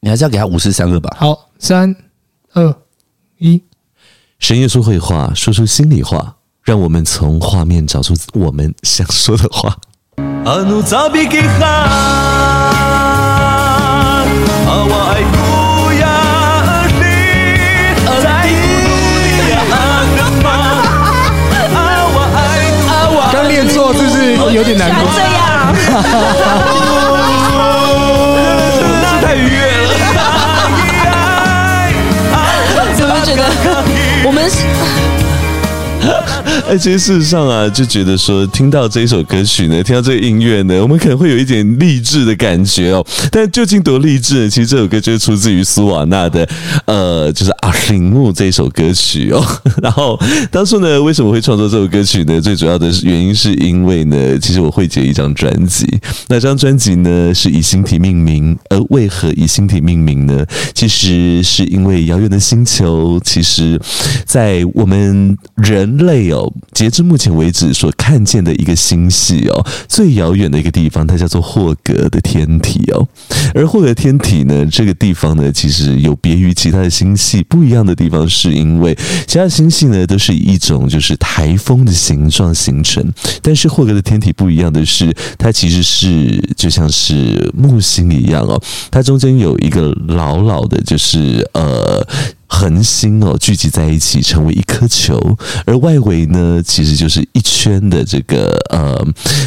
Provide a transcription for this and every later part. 你还是要给他五十三个吧。好，三二一，深夜说会话，说出心里话，让我们从画面找出我们想说的话。 啊努扎比给哈，啊我爱古雅尔 林，在古雅阿格玛，啊我爱古啊我刚练错是不是有点难 过？这样，那太愉悦了，怎么 觉得我们是哎，其实事实上啊，就觉得说听到这一首歌曲呢，听到这个音乐呢，我们可能会有一点励志的感觉哦。但究竟多励志呢？其实这首歌就是出自于苏瓦纳的，呃，就是《阿林木》这首歌曲哦。 然后当初呢，为什么会创作这首歌曲呢？最主要的原因是因为呢，其实我会结一张专辑，那张专辑呢是以星体命名，而为何以星体命名呢？其实是因为遥远的星球，其实，在我们人类哦，截至目前为止所看见的一个星系哦，最遥远的一个地方，它叫做霍格的天体哦。而霍格天体呢，这个地方呢，其实有别于其他的星系不一样的地方，是因为其他星系呢都是以一种就是台风的形状形成，但是霍格的天体不一样的是，它其实是就像是木星一样哦，它中间有一个老老的，就是呃。恒星哦聚集在一起成为一颗球，而外围呢其实就是一圈的这个呃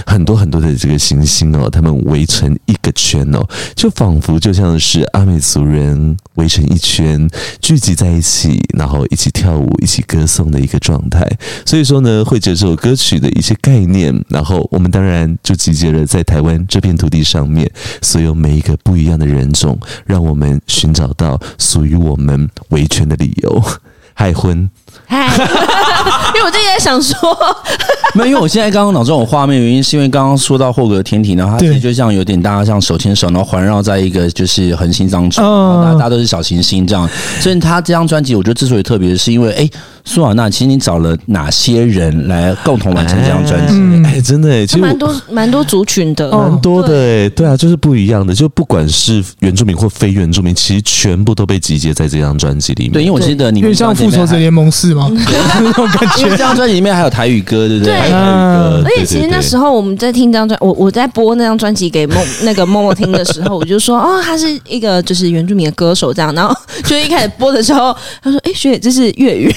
很多很多的这个行星哦，它们围成一个圈哦，就仿佛就像是阿美族人围成一圈聚集在一起，然后一起跳舞、一起歌颂的一个状态。所以说呢，会借这首歌曲的一些概念，然后我们当然就集结了在台湾这片土地上面所有每一个不一样的人种，让我们寻找到属于我们维权的理由。 嗨婚，嗨， 因为我最近在想说， 没有，因为我现在刚刚脑中有画面，原因是因为刚刚说到霍格的天体，然后它其对实就像有点大家像手牵手，然后环绕在一个就是恒星当中，嗯然后大家大家都是小行星这样。所以他这张专辑，我觉得之所以特别，是因为哎，苏瓦纳，其实你找了哪些人来共同完成啊这张专辑？哎、哎真的、哎其实我嗯蛮多蛮多族群的，蛮多的诶、对啊，就是不一样的，就不管是原住民或非原住民，其实全部都被集结在这张专辑里面。对，因为我记得你有们点专像辑里复面仇者还嗯联盟四吗？ 那种感因为这。觉张专辑里面还有台语歌，对不对？对还有啊台呃语歌而且其实那时候候我们在听这张专，我我在播那张专辑给梦 那个默默听的时候，我就说哦，他是一个就是原住民的歌手这样。然后就一开始播的时候，他说：“哎、学姐，这是粤语。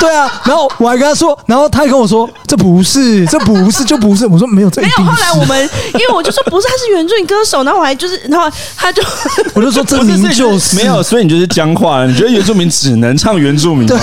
对啊，然后我还跟他说，然后他还跟我说这不是，这不是，就不是。我说没有，”这一没有，定后是来。我们因为我就说不是，他是原住民歌手，然后我还就是，然后他就我就说证明就是没有，，所以你就是僵化了。你觉得原住民只能唱原住民吗？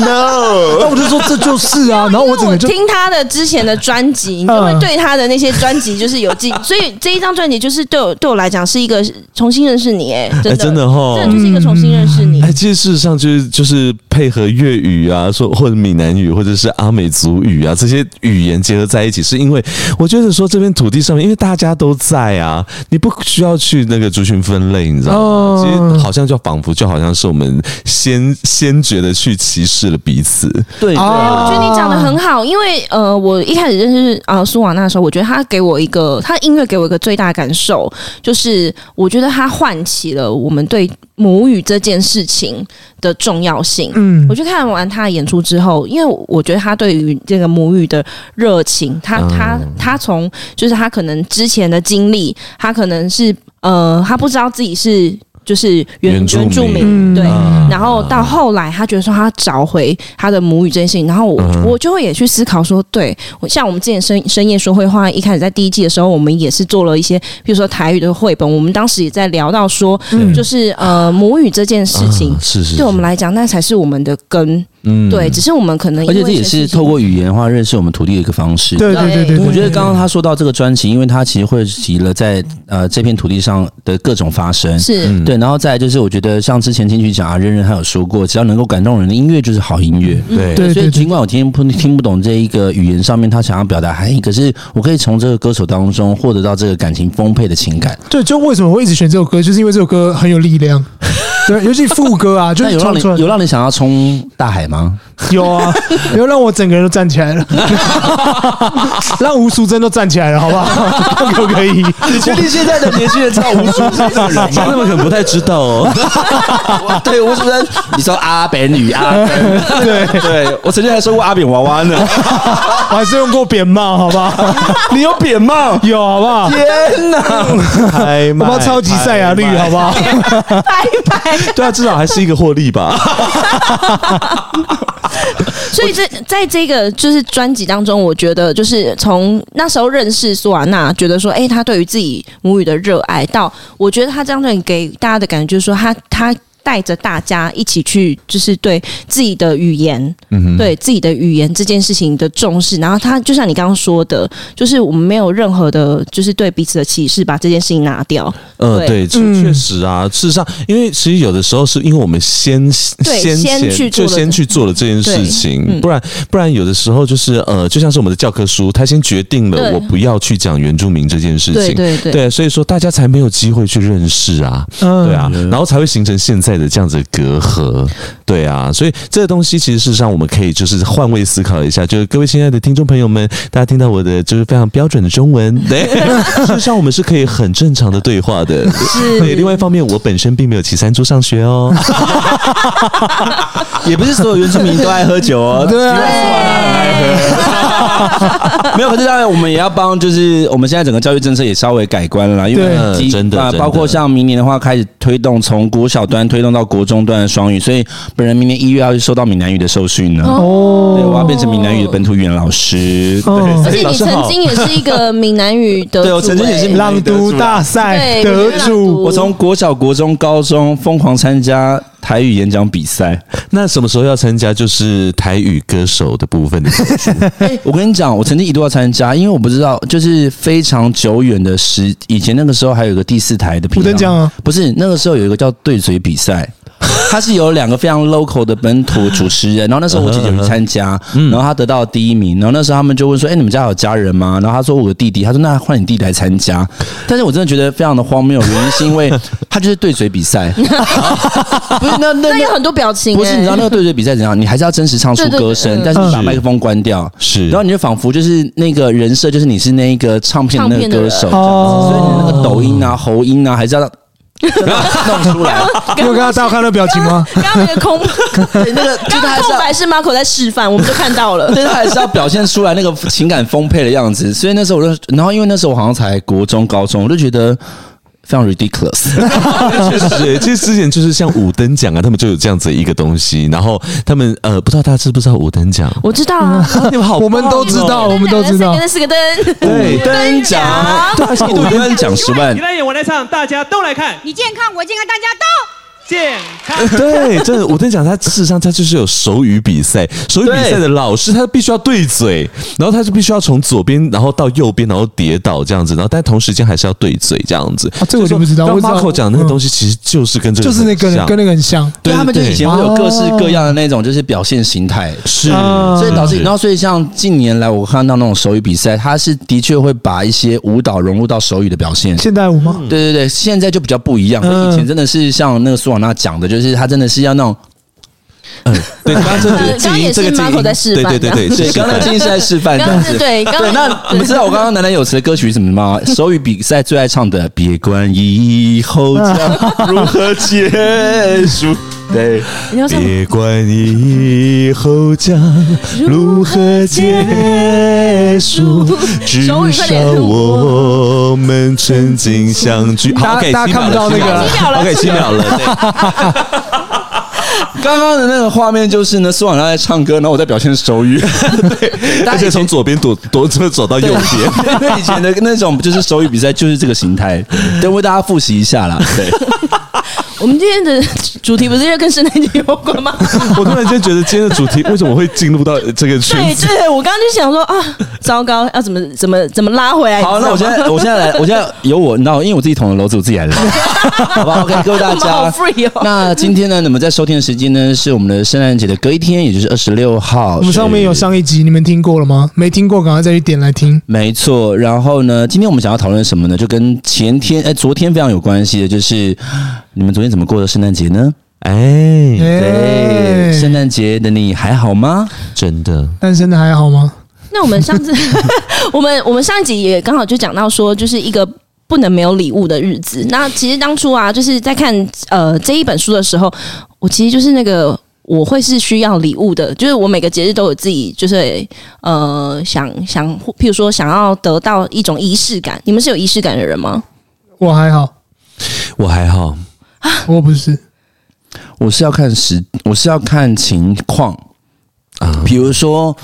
那啊我就说这就是啊，然后我整因为个就我听他的之前的专辑，你就 会嗯对他的那些专辑就是有记， 所以这一张专辑就是对我对我来讲是一个重新认识你， 哎，真哎、的，真的哦哈，这就是一个重新认识你嗯哎、。其实事实上就是就是配合粤语啊，说或者闽南语，或者是阿美族语啊，这些语言结合在一起，是因为我觉得说这片土地上面，因为大家都在啊，你不需要去那个族群分类，你知道吗？哦其实好像就仿佛就好像是我们先先觉的去歧视了彼此，对，啊我觉得你讲的很好，因为呃，我一开始认识啊苏瓦娜的时候，我觉得他给我一个他的音乐给我一个最大的感受，就是我觉得他唤起了我们对母语这件事情的重要性。嗯我，去看完他的演出之后，因为我觉得他对于这个母语的热情，他嗯他他从就是他可能之前的经历，他可能是呃，他不知道自己是就是原原住民住嗯民，对，啊然后到后来，他觉得说他找回他的母语这件事情，然后我、嗯我就会也去思考说，对我像我们之前深深夜说会话，一开始在第一季的时候，我们也是做了一些，比如说台语的绘本，我们当时也在聊到说，嗯就是呃母语这件事情啊，是是对我们来讲，那才是我们的根，嗯对，只是我们可能而且因这为也一些是事情透过语言的话认识我们土地的一个方式。对对对对，对我觉得刚刚他说到这个专辑，因为他其实汇集了在呃这片土地上的各种发生。是。对，然后再来就是，我觉得像之前金曲奖啊，任任他有说过，只要能够感动人的音乐就是好音乐。嗯对对所以对对尽管我听不听不懂这一个语言上面他想要表达含义，可是我可以从这个歌手当中获得到这个感情丰沛的情感。对，就为什么我一直选这首歌，就是因为这首歌很有力量。对，尤其副歌啊，就那是有让唱你出来有让你想要冲大海吗？ 有啊，有让我整个人都站起 来了，让吴淑珍都站起来了，好不好？ 可不可以？你确定现在的年轻人知道吴淑珍这个人他吗？们可能不太知道哦。 对，吴淑珍，你说阿扁女阿扁，对，对我曾经还说过阿扁娃娃呢。我还是用过扁帽，好不好？你有扁帽？有，好不好？天哪！拍 我们要超级赛亚绿，好不好？ 拜拜。对啊，至少还是一个获利吧。所以这在这个就是专辑当中，我觉得就是从那时候认识苏瓦娜，觉得说，哎、她对于自己母语的热爱，到我觉得她这张专辑给大家的感觉就是说，她她带着大家一起去，就是对自己的语言，嗯嗯对自己的语言这件事情的重视。然后她就像你刚刚说的，就是我们没有任何的，就是对彼此的歧视，把这件事情拿掉。哦嗯，对，对确确实啊，事实上，因为其实有的时候是因为我们先对先前去就做了先去做了这件事情，嗯不然不然有的时候就是呃，就像是我们的教科书，他先决定了对我不要去讲原住民这件事对情。对对。对，所以说大家才没有机会去认识啊，嗯对啊，然后才会形成现在的这样子的隔阂，对啊，所以这个东西其实事实上我们可以就是换位思考一下，就是各位亲爱的听众朋友们，大家听到我的就是非常标准的中文， 对，事实上我们是可以很正常的对话的，对。另外一方面，我本身并没有骑山猪上学哦， 也不是所有原住民都爱喝酒哦。对啊只有苏瓦纳很爱喝。没有，可是当然，我们也要帮，就是我们现在整个教育政策也稍微改观了啦，因为对即真的啊真的包括像明年的话，开始推动从国小端推动到国中端的双语，所以本人明年一月要去受到闽南语的受训呢。哦对，我要变成闽南语的本土语言老师。哦而且老你师好曾经也是一个闽南语的 对我曾经也是闽朗读大赛得主，我从国小、国中、高中疯狂参加台语演讲比赛。那什么时候要参加就是台语歌手的部 分的？哎我跟你讲，我曾经一度要参加，因为我不知道，就是非常久远的时，以前那个时候还有一个第四台的频五等奖道啊，不是那个时候有一个叫对嘴比赛。 它是有两个非常 local 的本土主持人，然后那时候我姐姐有去参加，然后她得到第一名，然后那时候他们就问说：“哎、你们家有家人吗？”然后她说：“我有弟弟。”她说：“那换你弟弟来参加。”但是我真的觉得非常的荒谬，原因是因为他就是对嘴比赛， 不是那那那有很多表情、欸，不是，你知道那个对嘴比赛怎样？你还是要真实唱出对对歌声，嗯但是你把是麦克风关掉，是然后你就仿佛就是那个人设，就是你是那个唱片的那个歌手，这样唱片的人子哦所以你那个抖音啊、喉音啊，还是要 弄出来。你有看到大家看到表情吗？刚刚那个空，对， 那个就是刚他还是刚空要，白是 Marco 在示范，我们就看到了。 对他还是要表现出来那个情感丰沛的样子。所以那时候我就，然后因为那时候我好像才国中、高中，我就觉得非常 ridiculous。确实耶，其实之前就是像五等奖啊，他们就有这样子一个东西，然后他们呃，不知道大家知不知道五等奖？我知道啊，嗯你们好棒哦，我们都知道，我们都知道那四个灯，对灯奖，对，而且一度灯奖十万你，来演，我来唱，大家都来看，你健康，我健康，大家都健康。对，真的，我跟你讲，他事实上他就是有手语比赛，手语比赛的老师他必须要对嘴，然后他就必须要从左边然后到右边，然后跌倒这样子，然后但同时间还是要对嘴这样子。啊这个我就不知道刚我只知道 Marco 讲的那个东西其实就是跟这个就是那个很像跟那个很像，对，他们就对以前会有各式各样的那种就是表现形态，是，嗯啊所以导致，是然后所以像近年来我看到那种手语比赛，它是的确会把一些舞蹈融入到手语的表现。现代舞吗？对对对，现在就比较不一样。嗯以前真的是像那个苏瓦娜讲的，就是他真的是要那种，对，刚刚这呃个刚刚也这个是静音 Marco 在示对范对对对，对，是刚刚那个示范建议是在示范 这刚样刚子是。对，刚对，刚那你们知道我刚刚喃喃有词的歌曲是什么 吗？手语比赛最爱唱的《别管以后将如何结束》。对，你要唱别管以后将如何结束，至手语快少点我们曾经相聚。好大，OK，大家七秒看不到了那个七秒了，OK，七秒了。对 刚刚的那个画面就是呢，苏瓦娜在唱歌，然后我在表现手 语。对，而且从左边躲躲走走到右边， 那以前的那种就是手语比赛就是这个形态，等为大家复习一 下啦。对， 我们今天的主题不是因为跟圣诞节有关吗？我突然间觉得今天的主题为什么会进入到这个圈对子？对，我刚刚就想说啊，糟糕，要怎么怎么怎么拉回来？好，你知那道我现 吗在我现在来，我现在由我，你知道，因为我自己捅的篓子，我自己来拉，好 吧？OK，各位 大我们家。好 free 哦。那今天呢，你们在收听的时间呢，是我们的圣诞节的隔一天，也就是二十六号。我们上面有是上一集，你们听过了吗？没听过，赶快再去点来听。没错，然后呢，今天我们想要讨论什么呢？就跟前天哎，昨天非常有关系的，就是你们昨天怎么过的圣诞节呢？哎，对，哎圣诞节的你还好吗？真的，单身的还好吗？那我们上次， 我们我们上一集也刚好就讲到说，就是一个。不能没有礼物的日子。那其实当初啊，就是在看呃这一本书的时候，我其实就是那个我会是需要礼物的，就是我每个节日都有自己就是呃想想，譬如说想要得到一种仪式感。你们是有仪式感的人吗？我还好，我还好。啊我不是。我是要看时，我是要看情况啊。比如说，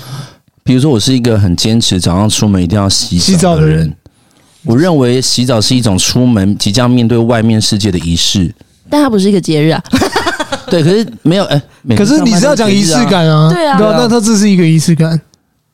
比如说，我是一个很坚持早上出门一定要洗洗澡的的人人。我认为洗澡是一种出门即将面对外面世界的仪式。但它不是一个节日啊。对，可是没有哎、每个可是上班你是都要讲仪节式日啊，感啊，对啊对那它这是一个仪式感，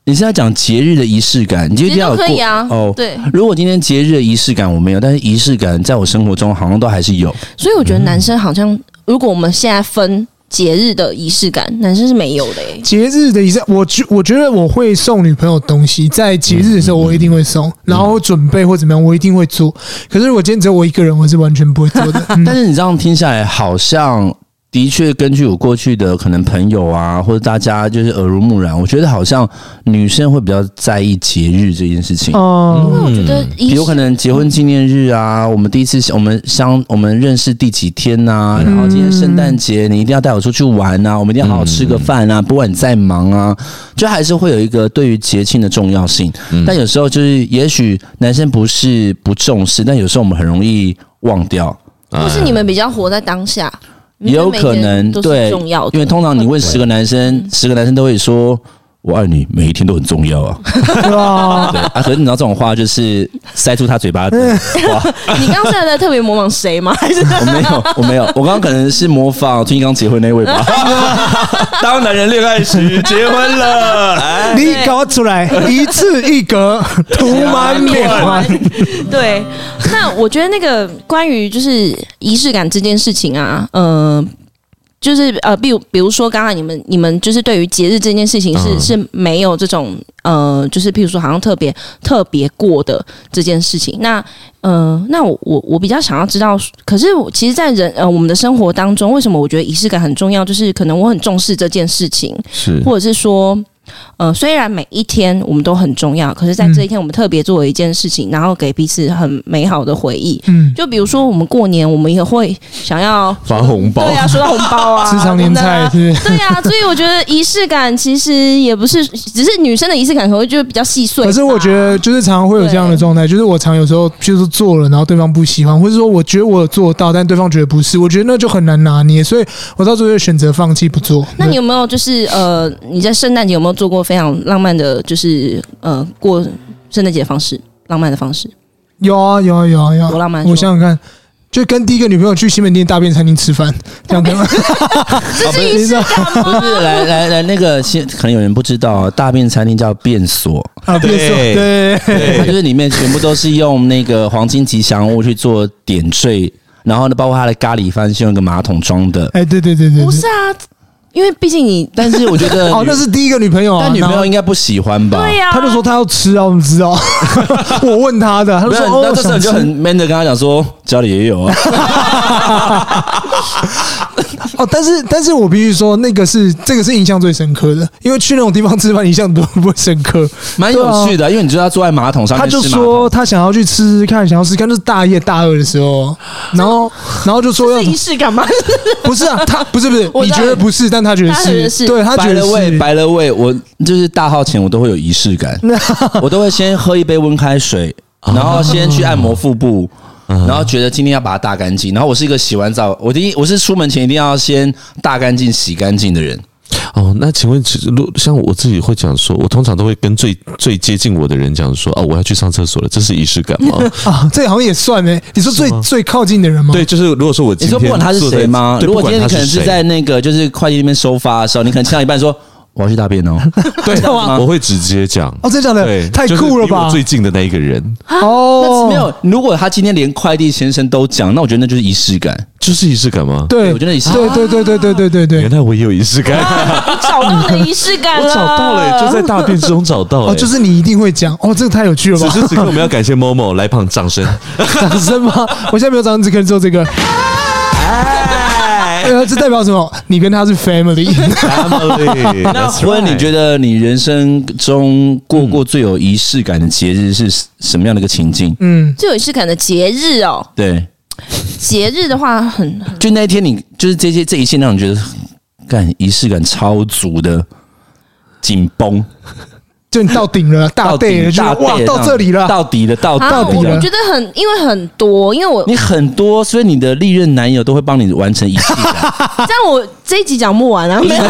你是要讲节日的仪式感，你就一定要有其实都可以过啊哦，对如果今天节日的仪式感我没有，但是仪式感在我生活中好像都还是有。所以我觉得男生好像，如果我们现在分节日的仪式感，男生是没有的、欸。节日的仪式。我觉我觉得我会送女朋友东西，在节日的时候我一定会嗯送，然后准备或怎么样我一定会做。可是如果今天只有我一个人，我是完全不会做 的。嗯但是你这样听下来，好像的确根据我过去的可能朋友啊，或者大家就是耳濡目染，我觉得好像女生会比较在意节日这件事情。哦，我觉得仪式有可能结婚纪念日啊，我们第一次我们相我们认识第几天呐、然后今天圣诞节，你一定要带我出去玩呐、我们一定要好好吃个饭啊，不管你再忙啊，就还是会有一个对于节庆的重要性。但有时候就是，也许男生不是不重视，但有时候我们很容易忘掉。或是你们比较活在当下，也有可能你们每天都对是重要的，嗯因为通常你问十个男生，十个男生都会说“我爱你”，每一天都很重要啊。对吧？对啊，可是你知道这种话就是塞住他嘴巴的话。你刚刚是在特别模仿谁吗？还是 我没有，我没有，我刚刚可能是模仿最近刚结婚那位 吧。当男人恋爱时，结婚了，哎，你搞出来一次一格，涂满 缅怀。对？那我觉得那个关于就是仪式感这件事情啊，呃。就是呃，比如比如说，刚刚你们你们就是对于节日这件事情是、嗯是没有这种呃，就是譬如说好像特别特别过的这件事情。那呃，那我我我比较想要知道，可是我其实，在人呃我们的生活当中，为什么我觉得仪式感很重要？就是可能我很重视这件事情，是或者是说，呃，虽然每一天我们都很重要，可是在这一天我们特别做了一件事情，然后给彼此很美好的回忆。嗯，就比如说，我们过年，我们也会想要发红包对，啊，收到红包 啊，吃常年菜什么是不的啊对啊，所以我觉得仪式感其实也不是，只是女生的仪式感可能就是比较细碎吧。可是我觉啊得，就是常常会有这样的状态，就是我常有时候就是做了，然后对方不喜欢，或者说我觉得我有做到，但对方觉得不是，我觉得那就很难拿捏，所以我到最后就选择放弃不做。那你有没有就是呃，你在圣诞节有没有做过非常浪漫的，就是呃过圣诞节的方式，浪漫的方式？有啊有啊有啊有啊多浪漫我想想看，就跟第一个女朋友去西门町大便餐厅吃饭，这样可以吗？ 啊这是仪式感吗？不是来来来，那个现可能有人不知道，大便餐厅叫便所，啊，别说对对，它就是里面全部都是用那个黄金吉祥物去做点缀，然后呢，包括它的咖喱饭是用一个马桶装的。哎对对对对，不对是啊，因为毕竟你但是我觉得女， 哦，那是第一个女朋友啊，但女朋友然应该不喜欢吧？ 对呀、后他就说他要吃啊，我们知道， 我问他的，他不，就是说哦那，这时候想你就吃很 man 的跟他讲说，家里也有啊。哦，但是但是我必须说，那个是这个是印象最深刻的，因为去那种地方吃饭，印象都不会深刻。蛮有趣的，啊因为你知道他坐在马桶上他面就吃马说桶，他想要去吃吃看，想要吃吃看，就是大一大二的时候，然 后然后就说要是仪式感 吗？不是啊，他不是不是， 我你知道觉得不是，但他觉得他觉得是，是对他白觉得了是味，，白了味，我就是大号前我都会有仪式感，我都会先喝一杯温开水，哦然后先去按摩腹部。嗯然后觉得今天要把它大干净，然后我是一个洗完澡，我第一我是出门前一定要先大干净、洗干净的人。哦，那请问，其实如像我自己会讲说，我通常都会跟最最接近我的人讲说，哦，我要去上厕所了，这是仪式感吗？啊，这好像也算哎，你说最最靠近的人吗？对，，就是如果说我你今说天不管他是坐在谁吗？对如果不今天你管他可能是是谁在那个就是会计那边收发的时候，你可能呛一半说我要去大 便哦，对吗我？会直接讲。哦，真的假对的，，太就是酷了离我吧？最近的那一个人啊哦，没有，如果他今天连快递先生都讲，那我觉得那就是仪式感。就是仪式感吗？对，我觉得你是对对对对对对对原对，来我也有仪式感，你找到你的仪式 感我了，找到了，就在大便之中找 到，哦，就是你一定会讲，哦，这个太有趣了此吧？时此刻我们要感谢某某来 旁掌声。掌声吗？我现在没有掌声，只可以做这个。哎呃，这代表什么？你跟他是 family， Family，那 that's 婚，你 right 觉得你人生中过过最有仪式感的节日是什么样的一个情境？嗯，最有仪式感的节日哦，对，节日的话很很就那一天你就是这些这一切让你觉得干仪式感超足的紧绷，就你到顶了，大到啊对底了，就是大哇，背到这里了，到底了，哦到啊，到我底我了。觉得很，因为很多，因为我你很多，所以你的历任男友都会帮你完成仪 式感，这样我这一集讲不完啊，没有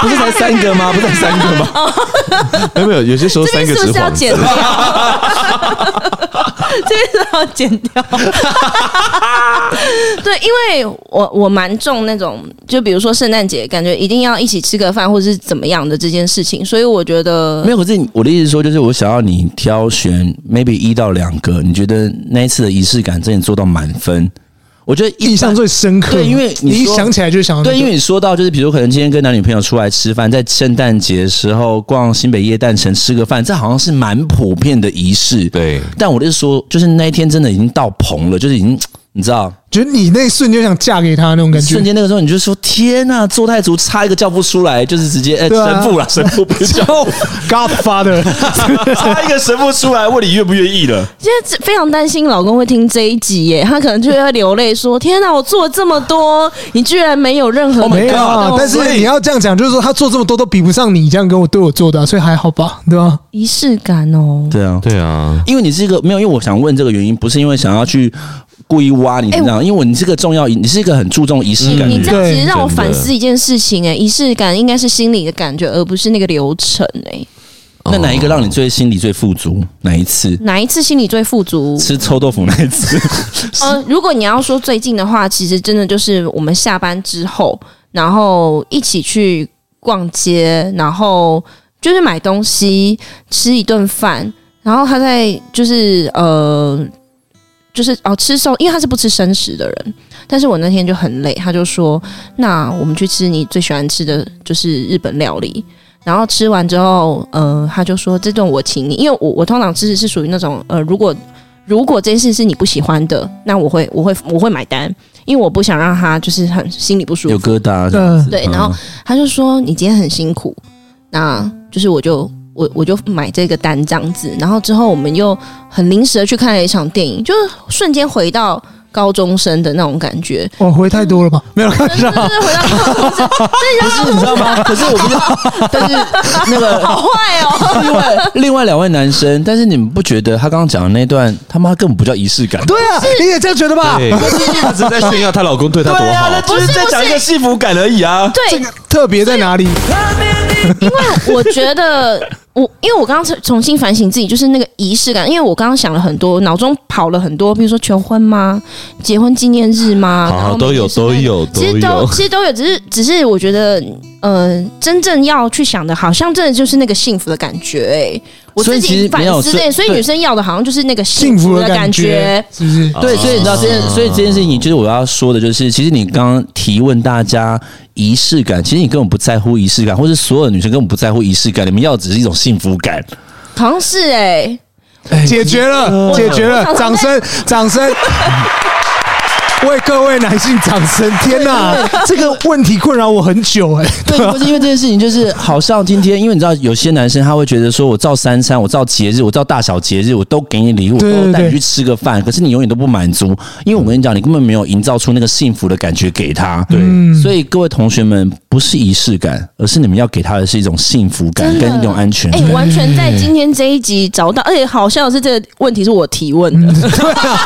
不是才三个吗？不是才三个吗？哎没有，有些时候这三个边是指不是要黄剪色，掉？ 这边是要剪掉。 对，因为我我蛮重那种，就比如说圣诞节，感觉一定要一起吃个饭，或是怎么样的这件事情，所以我觉得没有，可是你我的意思是说，就是我想要你挑选 maybe 一到两个，你觉得那一次的仪式感真的做到满分？我觉得一般印象最深刻。对因为你你一说想起来就想到那个对，因为你说到就是，比如可能今天跟男女朋友出来吃饭，在圣诞节的时候逛新北夜诞城吃个饭，这好像是蛮普遍的仪式。， 对，但我就是说，就是那一天真的已经到棚了，就是已经你知道，觉得你那一瞬间想嫁给他那种感觉瞬，间那个时候你就说天呐、做太足差一个叫不出来，就是直接哎、对啊神父啦，神父不是叫父 Godfather，差一个神父出来问你愿不愿意了。现在非常担心老公会听这一集耶，他可能就会流泪说：“天哪，我做了这么多，你居然没有任何 Oh my 没有让啊我。但是你要这样讲，就是说他做这么多都比不上你这样跟我对我做的啊、所以还好吧，对吧？仪式感哦。”对啊，对啊，因为你是一个没有，因为我想问这个原因，不是因为想要去故意挖你，你知道，因为你是个重要，你是一个很注重仪式感的你人。这样对其实让我真的反思一件事情、哎，仪式感应该是心理的感觉，而不是那个流程、哎，那哪一个让你最心里最富足？哪一次？哪一次心理最富足？吃臭豆腐那一次，呃，如果你要说最近的话，其实真的就是我们下班之后，然后一起去逛街，然后就是买东西，吃一顿饭，然后他在就是呃。就是哦，吃寿，因为他是不吃生食的人，但是呃我那天就很累，他就说：“那我们去吃你最喜欢吃的就是日本料理。”然后吃完之后，呃，他就说：“这顿我请你，因为我我通常吃是属于那种呃，如果如果这件事是你不喜欢的，那我会我会我会买单，因为我不想让他就是很心里不舒 服。有疙瘩。嗯、对，然后他就说你今天很辛苦，那就是我就我我就买这个单这样子，然后之后我们又很临时的去看了一场电影，就是瞬间回到。高中生的那种感觉，我回太多了吧？没有，真的是回到 高中生，不是 你知道吗？可是我不知道，但是那个好坏哦！ 另外另外两位男生，但是你们不觉得他刚刚讲的那段他妈根本不叫仪式感？对啊， 你也这样觉得吧？ 对，她只是在炫耀她老公对她多好，不是不是，幸福感而已啊。对，特别在哪里？因为我觉得我，因为我刚刚重重新反省自己，就是那个仪式感，因为我刚刚想了很多，脑中跑了很多，比如说求婚吗？结婚纪念日吗？然好后啊都有那些都有其实都有， 其实都有，只是只是我觉得，呃，真正要去想的，好像真的就是那个幸福的感觉、欸。我所以自其己实反没有思所以欸，所以对女生要的好像就是那个幸福福的感感啊觉。是不是？对，所以你知道这件，所以这件事情就是我要说的，就是其实你刚刚提问大家仪式感，其实你根本不在乎仪式感，或是所有的女生根本不在乎仪式感，你们要的只是一种幸福感。好像是哎、欸解决了，解决了，掌声，掌声。为各位男性掌声！天哪，这个问题困扰我很久哎、 对，不是因为这 件事情，就是好像今天，因为你知道，有些男生他会觉得说，我照三餐，我照节日，我照大小节日，我都给你礼物，我对对都带对你去吃个饭，可是你永远都不满足，因为我跟你讲，你根本没有营造出那个幸福的感觉给他。对，所以各位同学们，不是仪式感，而是你们要给他的是一种幸福感真的跟一种安全哎、感。完全在今天这一集找到，而且好笑的是，这个问题是我提问的。 对啊，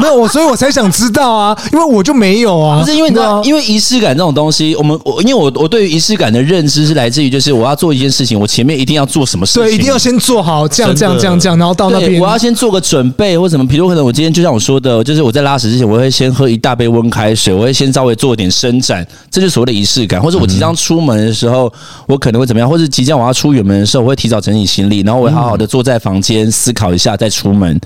没有我，所以我才想知道啊，因为我就没有啊。不是因为你知道，对啊因为仪式感这种东西，我们我因为我我对于仪式感的认知是来自于，就是我要做一件事情，我前面一定要做什么事情，对，一定要先做好，这样这样这样这样，然后到那对，边我要先做个准备或什么，比如可能我今天就像我说的，就是我在拉屎之前，我会先喝一大杯温开水，我会先稍微做点伸展，这就是所谓的仪式感。或者我即将出门的时候，我可能会怎么样？或者即将我要出远门的时候，我会提早整理行李，然后我会好好的坐在房间思考一下再出门，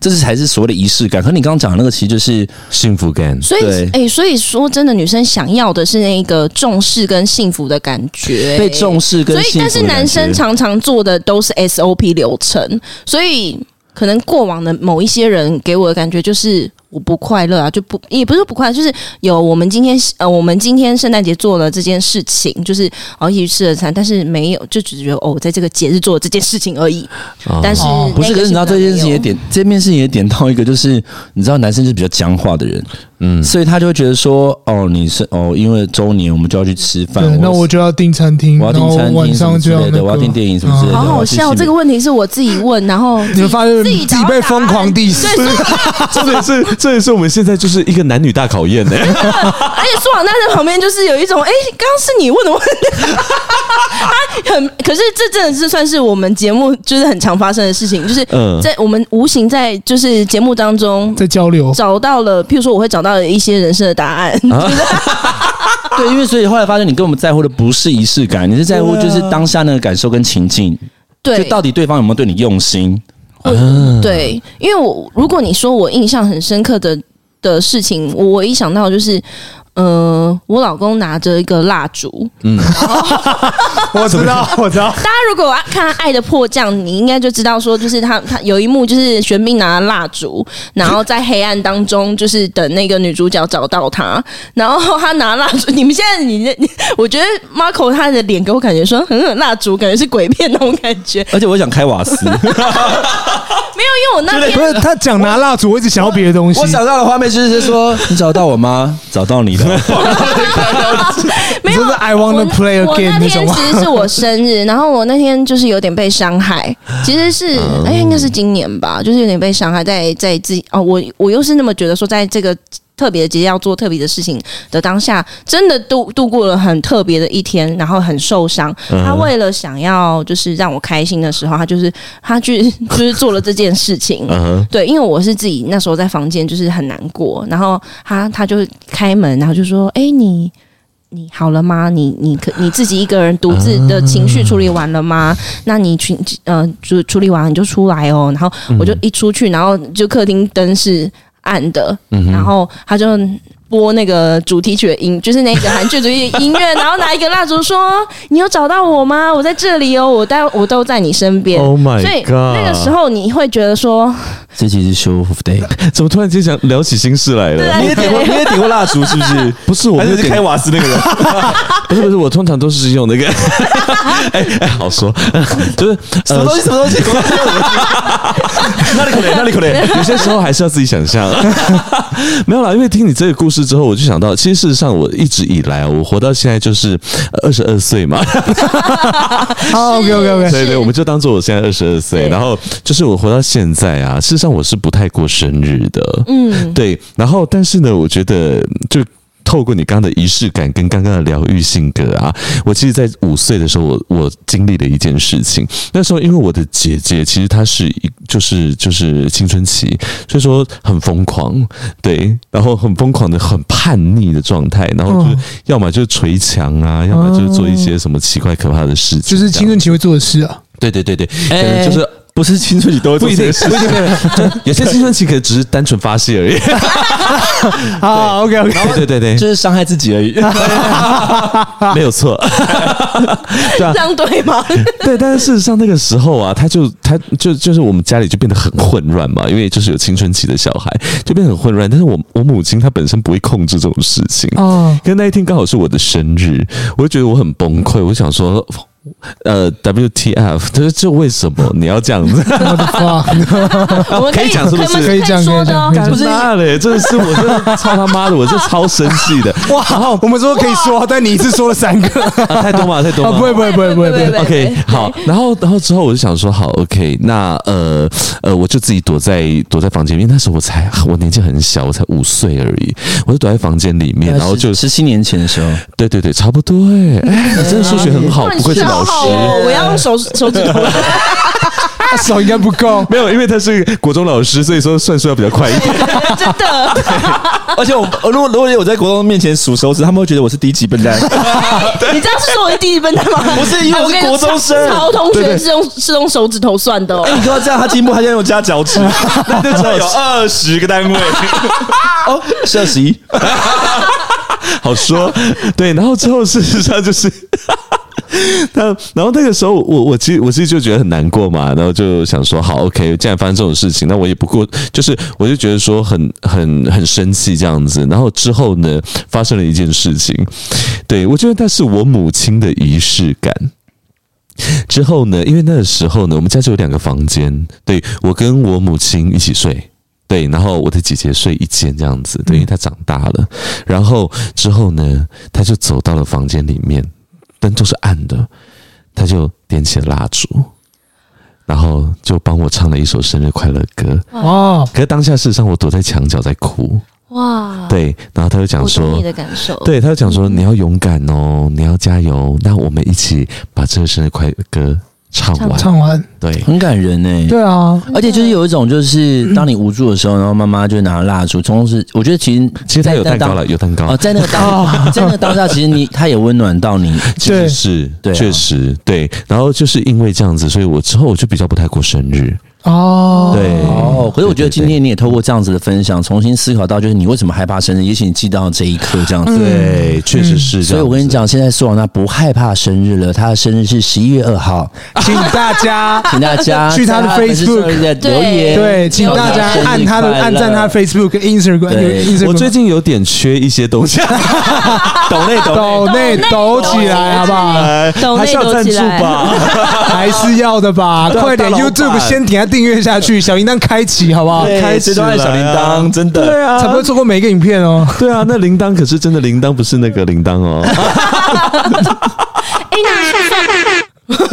这是才是所谓的仪式感。可你刚刚讲的那个其实就是幸福感，所以对，哎、所以说真的，女生想要的是那一个重视跟幸福的感觉、被重视跟哎所以，幸福的但是男生感觉常常做的都是 SOP 流程，所以可能过往的某一些人给我的感觉就是，我不快乐啊，就不也不是不快乐，就是有我们今天呃，我们今天圣诞节做了这件事情，就是哦一起去吃了餐，但是没有，就只是觉得哦，我在这个节日做了这件事情而已。啊但是哦不是，那可个是你知道这件事情没也有点，这件事情也点到一个，就是你知道男生是比较僵化的人，嗯，所以他就会觉得说，哦，你是哦，因为周年我们就要去吃饭，对，那我我就要订餐厅，我要订餐然后晚厅什么上之就类那的，我个啊要订电影什么之类的，好好我笑，要去这个问题是我自己问，然后你们发现自己自己被疯狂 diss 对，所以 这也是这也是我们现在就是一个男女大考验呢、 而且苏老大在旁边就是有一种，哎、刚刚是你问的问题， 他很，可是这真的是算是我们节目就是很常发生的事情，就是嗯在我们无形在就是节目当中在交 流，找到了，譬如说我会找到了一些人生的答案，对，因为所以后来发现你跟我们在乎的不是仪式感，你是在乎就是当下那个感受跟情境，就对，到底对方有没有对你用心。对，因为我如果你说我印象很深刻的的事情，我我一想到就是。呃，我老公拿着一个蜡烛，我知 道，我知道，大家如果有看《爱的迫降》，你应该就知道说，就是他他有一幕就是玄彬拿蜡烛，然后在黑暗当中就是等那个女主角找到他，然后他拿蜡烛。你们现在你你，我觉得 Marco 他的脸给我感觉说，很很蜡烛，感觉是鬼片那种感觉。而且我想开瓦斯，没有，因为我那不天是他讲拿蜡烛，我一直想要别的东 西我。想到的画面就是说，你找到我吗？ 找到你了。没有啊你说是 I wanna 我 play 我 again 那那种天吗其实是我生日，然后我那天就是有点被 伤害，其实是嗯哎、应该是今年吧，就是有点被伤害在在自己哦，我我又是那么觉得说，在这个特别的节要做特别的事情的当下，真的度度过了很特别的一天，然后很受伤。嗯他为了想要就是让我开心的时候，他就是他去 就是做了这件事情。嗯对，因为我是自己那时候在房间就是很难过，然后他他就开门，然后就说：“哎、你。”你好了吗？你你可你自己一个人独自的情绪处理完 了吗？那你去呃处处理完你就出来哦。然后嗯我就一出去，然后就客厅灯是暗的，嗯然后他就播那个主题曲的音，就是那个韩剧主题曲的音乐，然后拿一个蜡烛说：“你有找到我吗？我在这里哦，我在我都在你 身边。 Oh my 所以 god！那个时候你会觉得说，这期是修复 day， 怎么突然间想聊起心事来 啊了？你也点过，你也点过蜡烛是不是？不是我还没有是点开瓦斯那个人？不是不是，我通常都是用那个， 哎哎，好说，就是呃什么东西？什么东西？那里可怜，那里可怜，有些时候还是要自己想象。 没有啦，因为听你这个故事之后，我就想到，其实事实上我一直以来，啊我活到现在就是呃二十二岁嘛，好，OK OK OK，对对，我们就当做我现在二十二岁，对然后就是我活到现在啊，事实上我是不太过生日的，嗯，对，然后但是呢，我觉得就。透过你刚刚的仪式感跟刚刚的疗愈性格啊，我其实，在五岁的时候，我我经历了一件事情。那时候，因为我的姐姐其实她是一就是就是青春期，所以说很疯狂，对，然后很疯狂的、很叛逆的状态，然后就是嗯要么就是捶墙啊，要么就是做一些什么奇怪可怕的事就情，是青春期会做的事啊。对对对对，可能就是。不是青春期都会不做一这定，个事不一定，不一定有些青春期可能只是单纯发泄而已。 好，OK OK，对对对，就是伤害自己而 已。没 有错。啊啊这样对吗？对，但是事实上那个时候啊，他就他就就是我们家里就变得很混乱嘛，因为就是有青春期的小孩就变得很混乱。但是我我母亲她本身不会控制这种事情，哦，跟那一天刚好是我的生日，我就觉得我很崩溃。我想说，呃，WTF，他说这为什么你要这样子？我的 fuck，我们哦可以讲是不是我们可以讲说的哦可以讲可以讲不是妈嘞，真的是我真的超他妈的，我是超生气的。 哇，我们说可以说，但你一次说了三 个，啊，太多 嘛，太多啊，嘛。不会不会不会不会不不会会， OK，好，然后然后之后我就想说，好，OK，那呃呃，我就自己躲在躲在房间里面。那时候我才我年纪很小，我才五岁而已，我就躲在房间里面，然后就十七年前的时候，对对对，差不多哎、哎，你真的数学很好，哇不愧是你老好师。好哦我要 用手手指头。他手应该不够。没有，因为他是国中老师，所以说算数要比较快一点。真的，而且我如果如果我在国中面前数手指，他们会觉得我是低级 笨蛋。你知道是说我是第一笨蛋吗？不是因为我是国中生哎我跟你说曹同学是用是用手指头算的哦。哎你说这样他进步，他现在用加脚 趾，那就只有二十个单位。 哦，是二十一。 好说，对，然后之后事实上就是。 他，然后那个时候我我其实我其实就觉得很难过嘛，然后就想说好 OK，既然发生这种事情，那我也不过就是我就觉得说很很很生气这样子。然后之后呢，发生了一件事情，对我觉得那是我母亲的仪式感。之后呢，因为那个时候呢，我们家就有两个房间，对我跟我母亲一起睡。对，然后我的姐姐睡一间这样子，对，因为她长大了。然后之后呢，她就走到了房间里面，灯都是暗的，他就点起了蜡烛，然后就帮我唱了一首生日快乐歌。哦，可是当下事实上我躲在墙角在哭，哇，，对，然后他就讲我懂说你，的感受，，对，他就讲说你要勇敢哦，你要加油，那我们一起把这个生日快乐歌唱完。唱完， 对，很感人呢、欸对啊，而且就是有一种，就是当你无助的时候，然后妈妈就拿蜡烛，从是我觉得其实其实他在有蛋糕当了，有蛋糕哦，，在那个当 在那个当下，其实你他也温暖到你，确实是，对啊确实对。然后就是因为这样子，所以我之后我就比较不太过生日。哦，对，哦，可是我觉得对对今天你也透过这样子的分享，重新思考到就是你为什么害怕生日，也许你记到这一刻这样子。对，确实是。嗯所以我跟你。讲，现在苏瓦娜不害怕生日了，她的生日是十一月二号，请大 家请大 家去她的在粉丝 Facebook 专页留言，对，请大家生日按他的快乐按赞他的 Facebook、Instagram、对 Instagram，我最近有点缺一些东西，懂内懂抖内抖起来好不好？哎抖还内是要抖赞起助来吧。还是要的吧，对啊快点大老板 YouTube 先点下订阅下去，小铃铛开启好不好？开谁都爱小铃铛真的 对才不啊会，错过每一个影片哦。对啊，那铃铛可是真的铃铛，不是那个铃铛 哦。 哎，那算算。 就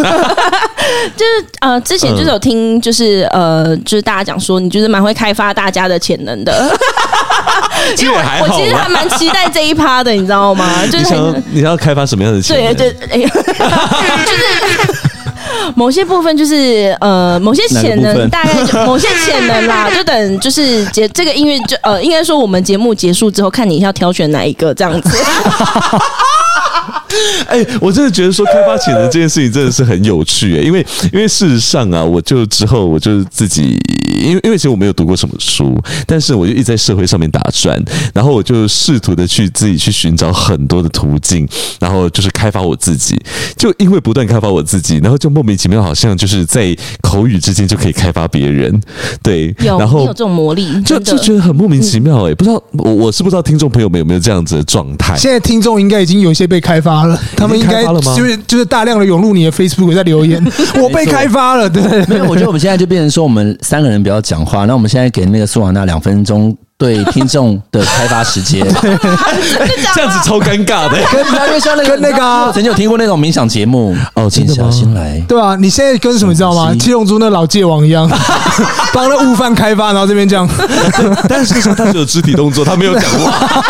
是呃，之前就是有听，就是呃，就是大家讲说，你就是蛮会开发大家的潜能的。 其实还我好其实啦还。蛮期待这一趴的，你知道吗？就 你是想要很你想要开发什么样的钱对呢？对， 哎呀，就是呃某些部分就是呃，某些潜哪个部分能大概就某些潜能 啦，就等就是节这个音乐就呃，应该说我们节目结束之后，看你要挑选哪一个这样 子。哎，我真的觉得说开发潜能这件事情真的是很有趣、哎因为因为事实上啊，我就之后我就自己，因为因为其实我没有读过什么书，但是我就一直在社会上面打转，然后我就试图的去自己去寻找很多的途径，然后就是开发我自己，就因为不断开发我自己，然后就莫名其妙好像就是在口语之间就可以开发别人，对，有然你后有这种魔力，就就真的。觉得很莫名其妙哎、不知道我我是不知道听众朋友们有没有这样子的状态。现在听众应该已经有一些被开发 了，他们应开该发了吗就是就是大量的涌入你的 Facebook 在 留言，我被开发了，对，没有，我觉得我们现在就变成说，我们三个人不要讲话，那我们现在给那个苏瓦娜两分钟对听众的开发时间。啊这样子超尴尬的、 跟你知道因为像那个跟那个啊我曾经有听过那种冥想节目哦真静的吗下心来。对吧？你现在跟什么你知道吗什？么七龙珠那老界王一样， 帮那悟饭开发，然后这边这样， 但是上他只有肢体动作，他没有讲话。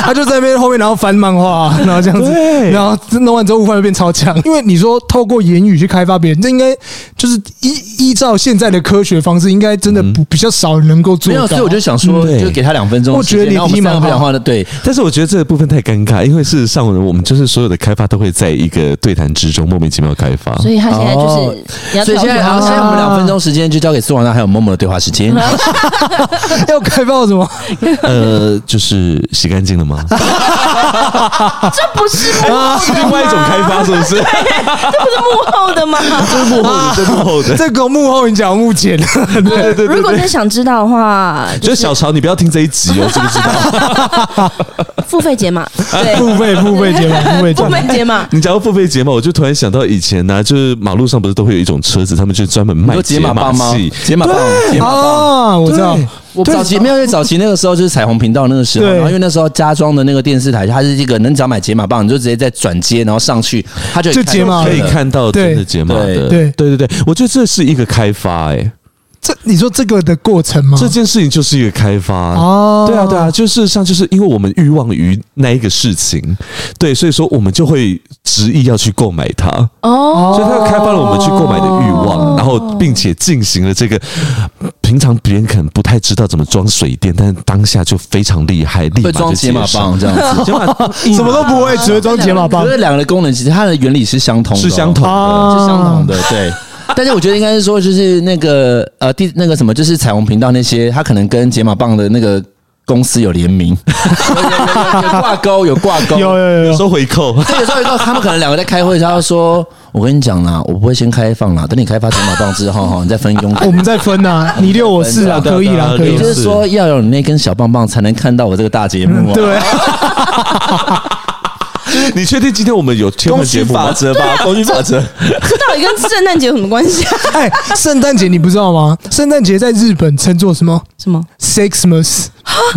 他就在那边后面，然后翻漫画，然后这样子，对然后弄完之后悟饭就变超强。因为你说透过言语去开发别人，这应该就是依依照现在的科学方式，应该真的不比较少人能够做嗯没有，到。所以我就想说，嗯对就给他两分钟的时间。我觉得你然后我踢们三蛮个好不讲话的，对，但是我觉得这个部分太尴尬，因为事实上呢，我们就是所有的开发都会在一个对谈之中莫名其妙开发。所以他现在就是、哦你要所以挑现选啊在，啊好，现在我们两分钟时间就交给苏瓦娜还有默默的对话时间。 要开 发什么？呃，就是洗干净了吗？这不是幕啊，是另外一种开发，是不是？幕后的吗？幕后 的，幕后的。这个幕后你讲幕前，对对对如果对真对。的想知道的话， 就就是小曹，你不要听这一集哦，知不知道？付费解码，啊对，付费付费节目，付费节 付目。费解码。你讲到付费节目，我就突然想到以前呢、就是马路上不是都会有一种车子，他们就专门你卖说解码棒吗器？解码棒，解码棒。啊，我知道，我早期没有，因为早期那个时候就是彩虹频道那个时候，对然后因为那时候家装的那个电视台，它是一个能只要买解码棒，你就直接在转接，然后上去，它就就解码可以看。看到真的解码的。对对对对，我觉得这是一个开发、欸，这你说这个的过程吗？这件事情就是一个开发哦对啊，对啊，就事实上就是因为我们欲望于那一个事情，对，所以说我们就会执意要去购买它，哦，所以它开发了我们去购买的欲望，哦然后并且进行了这个平常别人可能不太知道怎么装水电，但是当下就非常厉害，立马会就装解码棒 这样子， 接上，解码什么都不会，只会装解码棒可是两个的功能其实它的原理是相同的哦，是相 同的。是相同的， 对。但是我觉得应该是说，就是那个呃，第那个什么，就是彩虹频道那些，它可能跟解码棒的那个公司有联名， 有有有有挂钩，有挂钩，有有有有时有，候回扣， 对，有时候有时候他们可能两个在开会，他就说：“我跟你讲啦，我不会先开放啦，等你开发成马棒之后，哈，你再分 佣我金。们在分呐，你六我四啊，对啊可以啦，对啊可”以也就。啦对哎是说，要有你那根小棒棒，才能看到我这个大节目啊。对，你确定今天我们有切换节目吗？公则吧，公序法则。这到底跟圣诞节有什么关系啊？哎，圣诞节你不知道吗？圣诞节在日本称作什么什么？ ？Sexmas，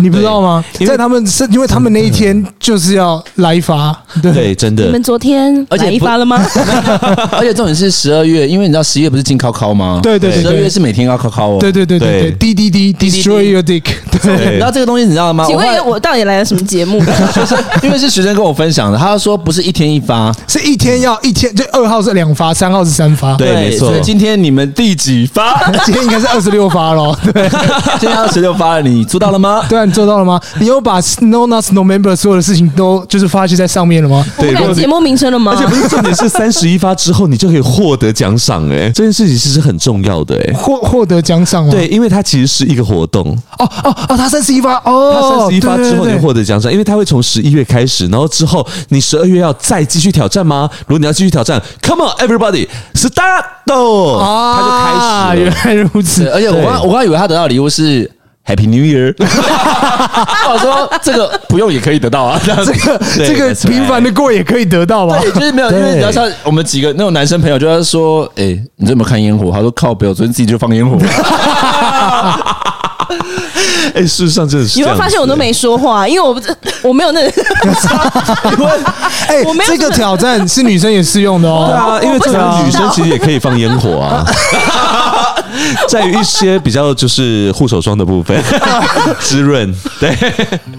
你不知道吗？在他们是因为他们那一天就是要来罚，对，对，真你的们，昨天而且来一不发了吗？而且重点是十二月，因为你知道十一月不是进考考吗？对对对十二对月是每天要考考哦。对对对对对对，D D D destroy your dick，对，然后这个东西你知道吗？请我后来问我到底来了什么节目？因为是学生跟我分享的，他说不是一天一发，是一天要一天，就二号是两发，三号是三发，对没错所以今天你们第几发？今天应该是二十六发 咯。对，今天二十六发了，你做到了吗？对啊，你做到了吗？你有把 No Nuts No Member 所有的事情都就是发泄在上面了吗？我对，如们改果节你。目名称了吗而？且不啊是重点是三十一发之后，你就可以获得奖赏哎，这件事情其实很重要的哎。获获得奖赏吗？对，因为它其实是一个活动，哦哦哦，他三十一发它哦，三十一发之对后你对对获得奖赏，因为它会从十一月开始，然后之后你十二月要再继续挑战吗？如果你要继续挑战，Come on everybody，start，它啊，就开始原了。来如对，此，而且我刚我刚以为他得到的礼物是 Happy New Year，我说这个不用也可以得到啊，这样子这个对这个 that's right 平凡的过也可以得到吧？对，就是没有，因为你知道像我们几个那种男生朋友，就在说，哎、你有没有看烟火？他说靠北，我昨天自己就放烟 火。哎，事实上真的是你这会样子。发现我都没说话，因为我不是我没有那 个， 哎我没，有这个挑战是女生也适用的对哦。啊，因为我不这想种女知生道其实也可以放烟火啊， 在于一些比较就是护手霜的 部分滋润。对，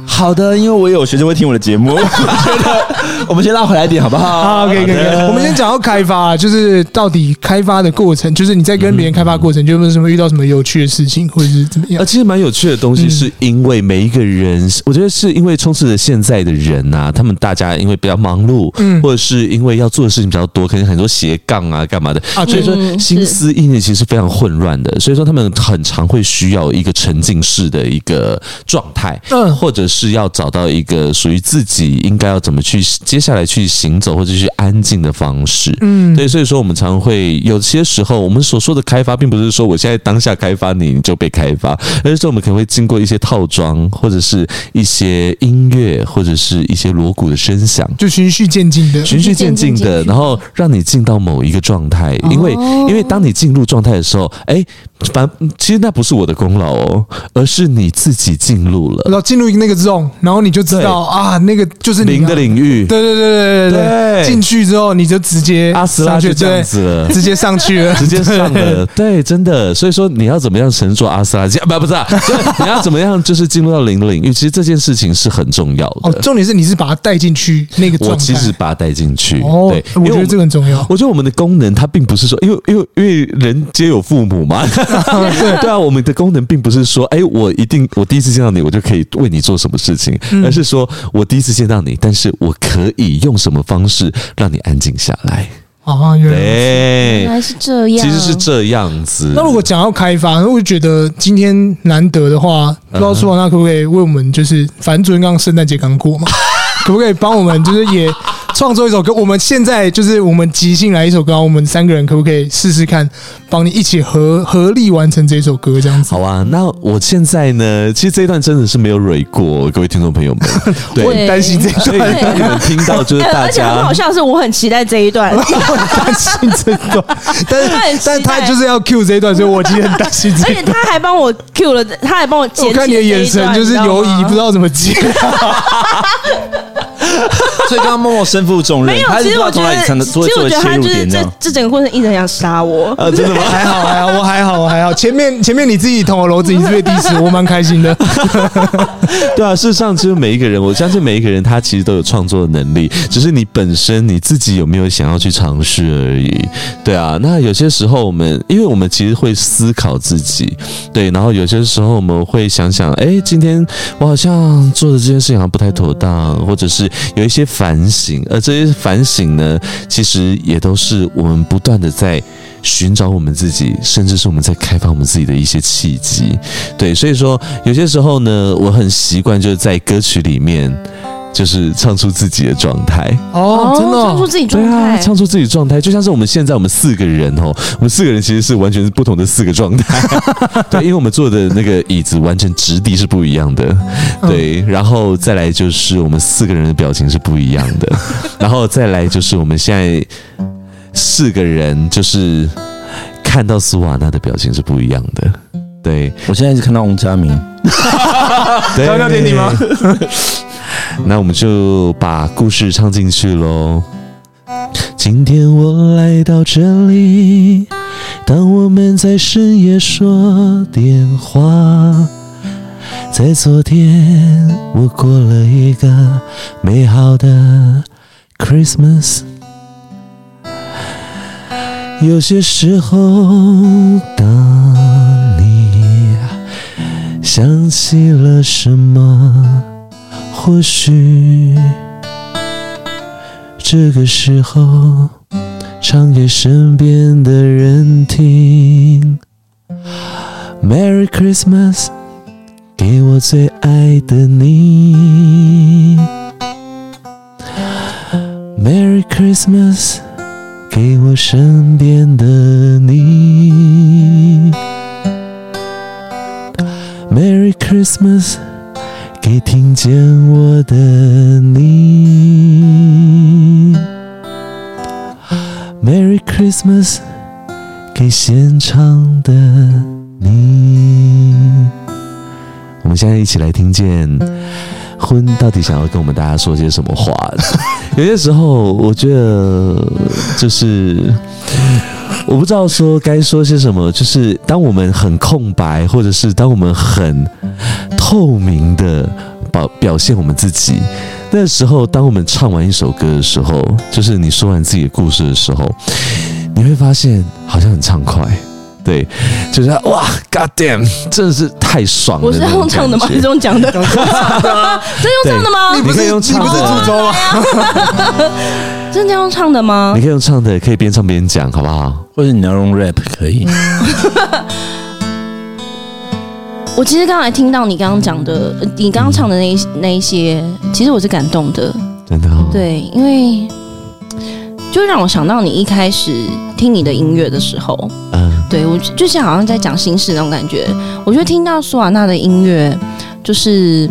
好的，因为我有学生会听我的节 目，我觉得我们先拉回来一点好不好？啊，OK OK，我们先讲到开发，就是到底开发的过程，就是你在跟别人开发嗯过程，就有没有什么遇到什么有趣的事情，或者是怎么样啊，？其实蛮有趣的东西，是因为每一个人，我觉得是因为充斥着现在的人呐、他们大家因为比较忙碌，嗯或者是因为要做的事情比较多，可能很多斜杠啊干嘛的，啊所以说嗯心是思意念其实非常混乱的，所以说他们很常会需要一个沉浸式的一个状态，嗯或者是要找到一个属于自己应该要怎么去接下来去行走或者去安静的方式，嗯对，所以说我们常会有些时候，我们所说的开发，并不是说我现在当下开发你，你就被开发，而是说我们可能会经过一些套装，或者是一些音乐，或者是一些锣鼓的声响。就循序渐进的，循序渐进循序的，渐进然后让你进到某一个状态，因为哦因为当你进入状态的时候，哎，反其实那不是我的功劳哦，而是你自己进入然了后进入那个 zone，然后你就知道啊，那个就是你零的领域，对对对对对对进去之后你就直接阿斯拉上去就这样子了对，直接上去 了，直接上对了，对，真的。所以说你要怎么样乘坐阿斯拉加，不不是、啊，就是你要怎么样就是进入到零领域，其实这件事情是很重要哦，的。重点是你是把它带进去那个我状态。其实把它带进去，哦对，，我因为觉得们这个很重要。我觉得我们的功能它并不是说，因为因为因为人皆有父母嘛， 对啊，我们的功能并不是说，哎，我一定我第一次见到你，我就可以为你做什么事情，嗯而是说我第一次见到你，但是我可以用什么方式让你安静下来？啊，原来。对原，来是这样，其实是这样子。那如果讲到开发，那我就觉得今天难得的话，不知道苏瓦娜可不可以为我们，就是反正昨天刚圣诞节刚过嘛，可不可以帮我们，就是也创作一首歌？我们现在就是我们即兴来一首歌，然后我们三个人可不可以试试看，帮你一起合合力完成这首歌这样子？好啊，那我现在呢，其实这一段真的是没有蕊过，各位听众朋 友们，我对很。担心这所以当你们听到就是哎大 而且很家好，笑的是，我很期待这一段，我很担心这一段，但他很是期但他待就是要 Q 这一段，所以我今天很担心这而一且段。他还帮我 Q 了，他还帮我我剪。看你的眼神就是犹疑，不知道吗。道怎么接。所以刚刚默默身负重任，没有他，其不知实道我觉从哪得里，才其能实做做我的觉得切他入就是点这呢？这整个过程一直很想杀我。啊，真的吗？还好，还好，我还好，我还好。前面前面你自己捅我篓子，你是被 diss，我蛮开心的。 对啊，事实上，其实每一个人，我相信每一个人，他其实都有创作的能力，只是你本身你自己有没有想要去尝试而已。对啊，那有些时候我们，因为我们其实会思考自己，对，然后有些时候我们会想想，哎，今天我好像做的这件事情好像不太妥当，或者是有一些反省，而这些反省呢，其实也都是我们不断的在寻找我们自己，甚至是我们在开发我们自己的一些契机。对，所以说有些时候呢，我很习惯就是在歌曲里面。就是唱出自己的状态，哦，真的唱出哦，自己对状啊，态，唱出自己的状态，就像是我们现在我们四个人哦，我们四个人其实是完全是不同的四个状态， 对，因为我们坐的那个椅子完全质地是不一样的，嗯对，然后再来就是我们四个人的表情是不一样 的，然后再来就是我们现在四个人就是看到苏瓦娜的表情是不一样的，对，我现在一直看到翁佳明，对要要点你吗？ 那我们就把故事唱进去喽。今天我来到这里，当我们在深夜说电话，在昨天我过了一个美好的 Christmas。有些时候，当你想起了什么。或许这个时候唱给身边的人听。Merry Christmas，给我最爱的你。Merry Christmas，给我身边的你。Merry Christmas。给听见我的你。Merry Christmas，给现场的你。我们现在一起来听见婚到底想要跟我们大家说些什么话。 有些时候，我觉得就是。我不知道说该说些什么，就是当我们很空白，或者是当我们很透明的表表现我们自己。那时候，当我们唱完一首歌的时候，就是你说完自己的故事的时候，你会发现好像很畅快，对，就是哇，God damn，真的是太爽了。我是那种用唱的吗？感还觉是用讲的？真 用唱的吗？你可以用唱你不是的主轴吗？真的用唱的吗你？可以用唱的，可以边唱边讲，好不好？或者你要用 rap 可嗯以。我其实刚才听到你刚刚讲的，呃你刚刚唱的那一那一些，其实我是感动的。真的、哦，，对，因为就让我想到你一开始听你的音乐的时候，嗯对我就就像好像在讲心事那种感觉。我觉得听到苏瓦娜的音乐，就是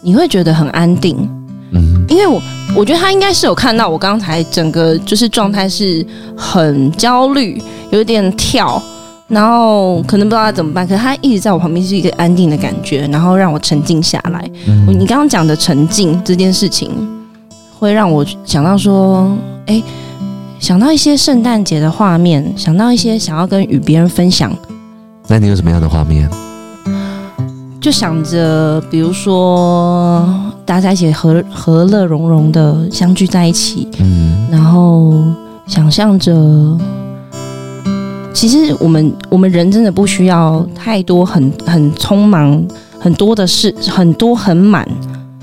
你会觉得很安定，嗯，因为我我觉得他应该是有看到我刚才整个就是状态是很焦虑，有点跳，然后可能不知道他怎么办，可是他一直在我旁边是一个安定的感觉，然后让我沉静下来。嗯你刚刚讲的沉静这件事情，会让我想到说，哎、想到一些圣诞节的画面，想到一些想要跟与别人分享那你有什么样的画面？就想着，比如说大家一起和和乐融融的相聚在一起，嗯然后想象着，其实我们我们人真的不需要太多很很匆忙、很多的事、很多很满，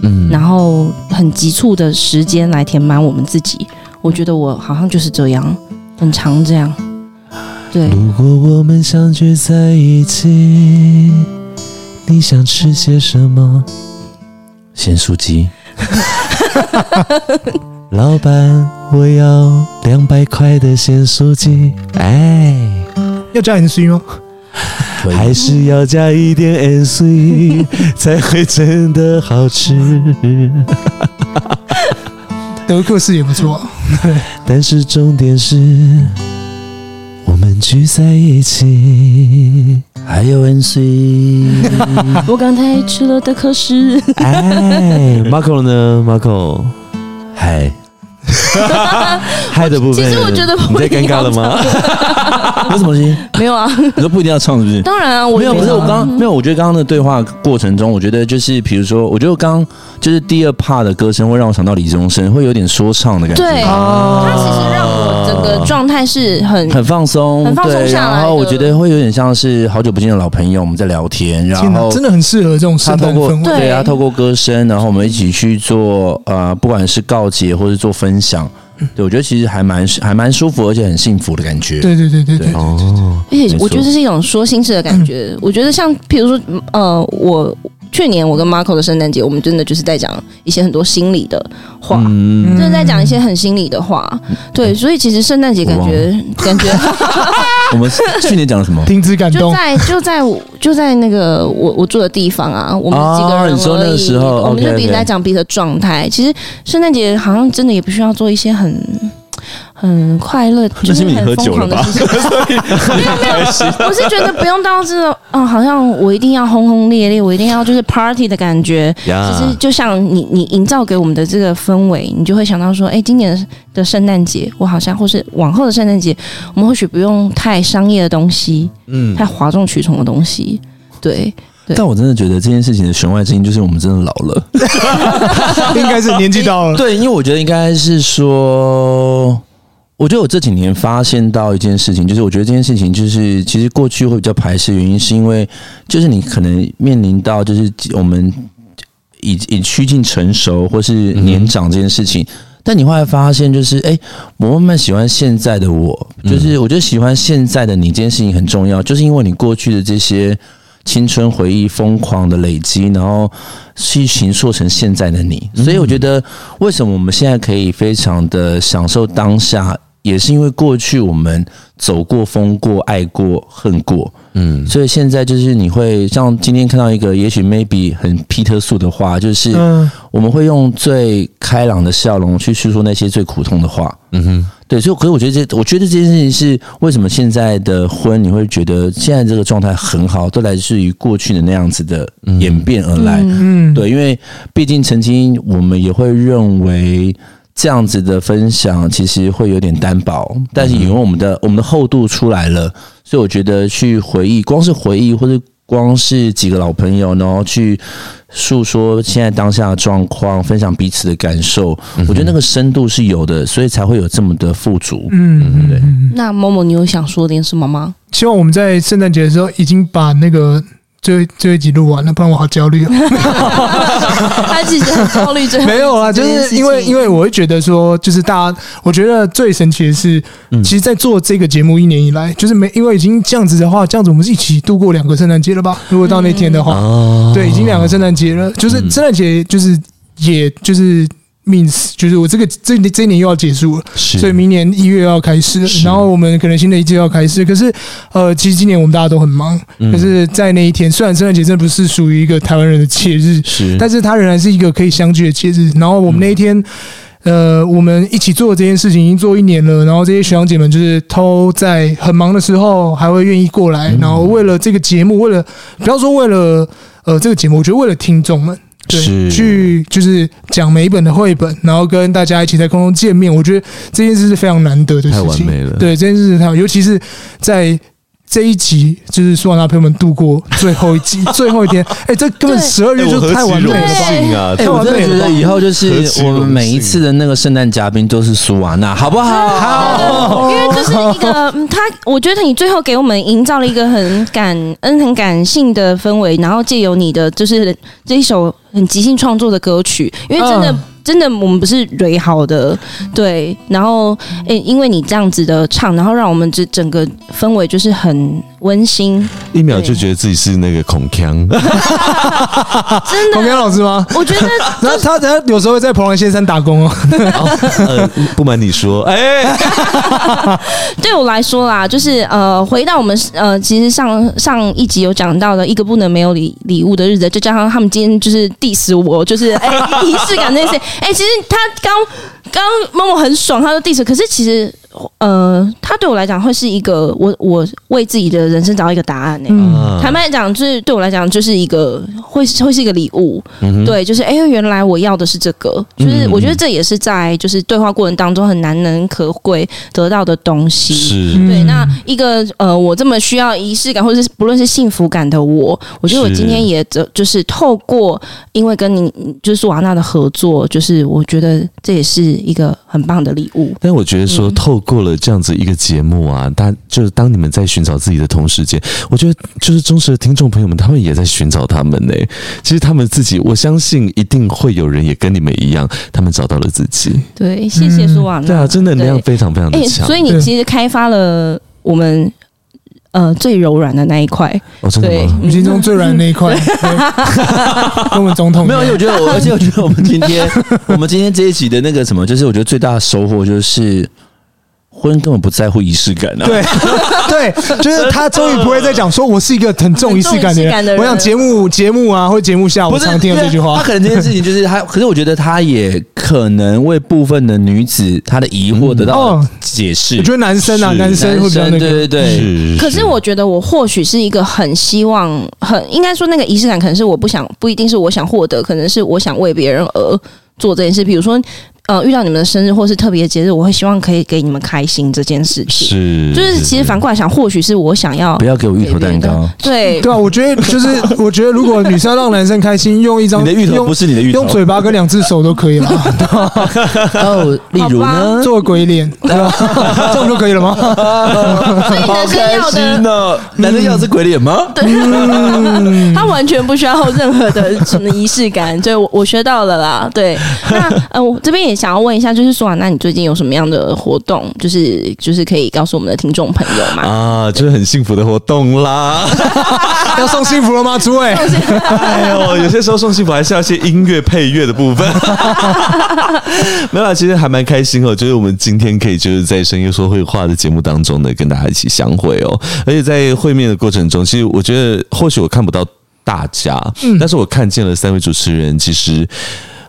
嗯然后很急促的时间来填满我们自己。我觉得我好像就是这样，很常这样。对，如果我们相聚在一起，你想吃些什么？咸酥鸡，老板，我要两百块的咸酥鸡，哎，要加 NC 吗？可以还是要加一点 NC 才会真的好吃。德克士也不错啊，但是重点是，我们聚在一起，还有 NC，我刚才吃了的可是。哎，Marco 呢？Marco，嗨，嗨的部分，其实我觉得你不在一尴定尬要了吗？有什么东西？没有啊，你说不一定要唱是不是？当然啊，我没有，觉不得是我啊刚没有，我觉得刚刚的对话过程中，我觉得就是比如说，我觉得刚就是第二 part 的歌声会让我想到李宗盛，会有点说唱的感觉，对，它其实让我整个状态是很很放松，嗯很放松对，下来然后我的觉得会有点像是好久不见的老朋友，我们在聊天，然天哪后，真的很适合这种他圣透诞过氛围。对哦啊他透过歌声，然后我们一起去做呃，不管是告解或是做分享，嗯对我觉得其实还蛮还蛮舒服，而且很幸福的感觉。对对对对对，哦，而且没错我觉得这是一种说心事的感 觉。我觉得像比如说，嗯呃，我去年我跟 Marco 的圣诞节，我们真的就是在讲一些很多心里的话，嗯，真的在讲一些很心里的话。对，所以其实圣诞节感觉感 觉我们去年讲了 什么？听之感就动。在就在就在那个我我住的地方啊，我们几个哦人而已，你说那个时候我们就 OK，OK 彼此在讲彼此的状态。其实圣诞节好像真的也不需要做一些很。很快乐，就那是是因为你很喝疯酒了狂的吧？事情。 所以你开心。我是觉得不用到这种，嗯，好像我一定要轰轰烈烈，我一定要就是 party 的感觉。呀其实就像你你营造给我们的这个氛围，你就会想到说，哎、今年的圣诞节，我好像或是往后的圣诞节，我们或许不用太商业的东西，嗯太哗众取宠的东西。对，对但我真的觉得这件事情的弦外之音就是我们真的老了。应该是年纪到了，对，因为我觉得应该是说，我觉得我这几年发现到一件事情，就是我觉得这件事情就是其实过去会比较排斥，原因是因为就是你可能面临到就是我们已已趋近成熟或是年长这件事情。但你后来发现，就是哎、我慢慢喜欢现在的我，就是我觉得喜欢现在的你这件事情很重要，就是因为你过去的这些青春回忆疯狂的累积，然后去形塑成现在的你。所以我觉得，为什么我们现在可以非常的享受当下，也是因为过去我们走过、疯过、爱过、恨过。嗯，所以现在就是你会像今天看到一个，也许 maybe 很皮特素的话，就是嗯，我们会用最开朗的笑容去叙述那些最苦痛的话。嗯哼，对，所以可是我觉得这，我觉得这件事情是为什么现在的婚你会觉得现在这个状态很好，都来自于过去的那样子的演变而来。嗯，对，因为毕竟曾经我们也会认为这样子的分享其实会有点单薄，但是因为我们的我们的厚度出来了，所以我觉得去回忆，光是回忆或者光是几个老朋友，然后去诉说现在当下的状况，分享彼此的感受，嗯我觉得那个深度是有的，所以才会有这么的富足。嗯，对对。那某某，你有想说点什么吗？ 希望我们在圣诞节的时候已经把那个最最后一集录完了，不然我好焦虑、哦。他其实很焦虑，这 没有啊，就是因为因为我会觉得说，就是大家，我觉得最神奇的是，其实，在做这个节目一年以来，就是没因为已经这样子的话，这样子我们是一起度过两个圣诞节了吧？如果到那天的话，哦，对，已经两个圣诞节了，就是圣诞节就是也就是。means 就是我这个这这一年又要结束了，是所以明年一月要开始，然后我们可能新的一季要开始。可是，呃，其实今年我们大家都很忙，可是，在那一天，虽然圣诞节真的不是属于一个台湾人的节日，是，但是它仍然是一个可以相聚的节日。然后我们那一天，呃，我们一起做这件事情已经做一年了。然后这些学长姐们就是都在很忙的时候还会愿意过嗯来，然后为了这个节目，为了不要说为了呃这个节目，我觉得为了听众们。对，是去就是讲每一本的绘本，然后跟大家一起在空中见面，我觉得这件事是非常难得的事太情。完美了对，这件事情太好，尤其是在这一集，就是苏瓦纳陪我们度过最后一集， 最后一天。哎、这根本对十二月哎就我何太其完美荣了吧！幸啊！哎、太我完真的美觉了得吧以后就何是其我们荣每一幸次的那个圣诞嘉宾都是苏瓦娜，好不好？因为这是一个，嗯他我觉得你最后给我们营造了一个很感恩、很感性的氛围，然后借由你的就是这一首很即兴创作的歌曲，因为真的、嗯真的我们不是蕊好的，对，然后诶、因为你这样子的唱，然后让我们这整个氛围就是很温馨，一秒就对觉得自己是那个孔锵，真孔的，明老师吗？我觉得然后他他有时候会在蓬莱仙山打工哦。 呃，不瞒你说， 哎，对我来说啦，就是呃，回到我们呃，其实上上一集有讲到的一个不能没有礼礼物的日子，再加上他们今天就是 diss 我，就是 哎仪式感那些，哎，其实他刚刚默默很爽，他说 diss，可是其实呃，它对我来讲会是一个我我为自己的人生找到一个答案呢、欸嗯，啊坦白讲，就是对我来讲，就是一个会会是一个礼物，嗯对，就是哎、原来我要的是这个，就是我觉得这也是在就是对话过程当中很难能可贵得到的东西。是对，嗯那一个呃，我这么需要仪式感，或者是不论是幸福感的我，我觉得我是今天也就就是透过，因为跟你就是瓦娜的合作，就是我觉得这也是一个很棒的礼物。但我觉得说，透过了这样子一个节目啊，大就是当你们在寻找自己的同时间，我觉得就是忠实的听众朋友们，他们也在寻找他们呢、其实他们自己，我相信一定会有人也跟你们一样，他们找到了自己。对，谢谢苏瓦娜。对啊，这能量嗯对非常非常的哎、强。所以你对其实开发了我们呃最柔软的那一块，哦，真的对吗？我们心中最软的那一 块，对跟我们总统没有，因为有我觉得 我，而且我觉得我们今 天我们今天这一集的那个什么，就是我觉得最大的收获就是婚根本不在乎仪式感啊。对对，就是他终于不会再讲说我是一个很重仪式感的很重仪式感的人。人我想节目节目啊，或节目下，我不是常听到这句对话他。可能这件事情就是 他，可是我觉得他也可能为部分的女子她的疑惑得到哦解释。我觉得男生啊，嗯是男生会比较那对个，对对，是可是我觉得我或许是一个很希望，很应该说那个仪式感，可能是我不想，不一定是我想获得，可能是我想为别人而做这件事。比如说，呃，遇到你们的生日或是特别节日，我会希望可以给你们开心这件事情。是，就是其实反过来想，或许是我想要不要给我芋头蛋糕。 对对啊，我觉得 就是，我觉得如果女生要让男生开心，用一张你的芋头用不是你的芋头用，嘴巴跟两只手都可以了， 哦，例如好呢？做 鬼脸，对啊吧？这样就可以了吗？所以男生要 的。哦！男生要的是鬼脸吗？对，他完全不需要任何的什么仪式感， 所以我我学到了啦。对，那呃，我这边也想要问一下，就是苏瓦，那你最近有什么样的活动？就是就是可以告诉我们的听众朋友嘛？啊，就是很幸福的活动啦。要送幸福了吗？诸位，哎呦，有些时候送幸福还是要一些音乐配乐的部分。没有啦，其实还蛮开心哦，就是我们今天可以就是在声优说会话的节目当中呢，跟大家一起相会哦。而且在会面的过程中，其实我觉得或许我看不到大家，但是我看见了三位主持人，其实。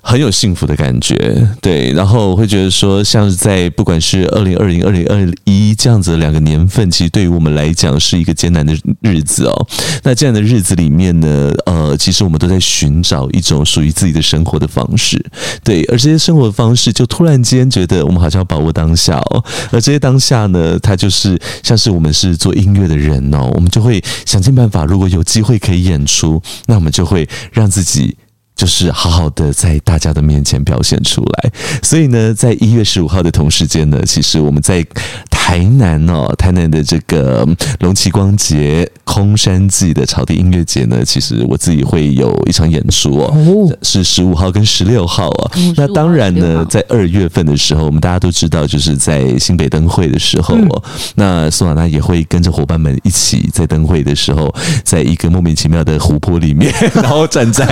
很有幸福的感觉，对，然后我会觉得说，像是在不管是二零二零、二零二一这样子的两个年份，其实对于我们来讲是一个艰难的日子哦。那这样的日子里面呢，呃，其实我们都在寻找一种属于自己的生活的方式，对，而这些生活方式就突然间觉得我们好像要把握当下哦，而这些当下呢，它就是像是我们是做音乐的人哦，我们就会想尽办法，如果有机会可以演出，那我们就会让自己。就是好好的在大家的面前表现出来，所以呢，在一月十五号的同时间呢，其实我们在台南哦，台南的这个嗯龙崎光节空山祭的草地音乐节呢，其实我自己会有一场演出哦，哦是十五号跟十六号哦。 15那当然16呢号，在二月份的时候，我们大家都知道，就是在新北灯会的时候哦，那苏瓦娜也会跟着伙伴们一起在灯会的时候，在一个莫名其妙的湖泊里 面，然后站在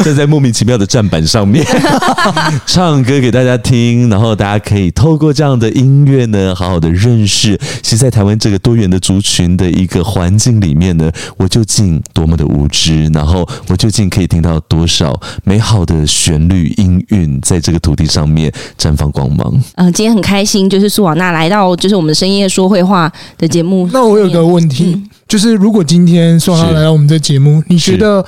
站在莫名其妙的站板上面唱歌给大家听，然后大家可以透过这样的音乐呢，好好的认识，其实，在台湾这个多元的族群的一个环境里面呢，我究竟多么的无知，然后我究竟可以听到多少美好的旋律音韵，在这个土地上面绽放光芒。嗯、今天很开心，就是苏瓦娜来到就是我们深夜说会话的节目。那我有个问题，嗯就是如果今天宋他是来到我们这节目，你觉得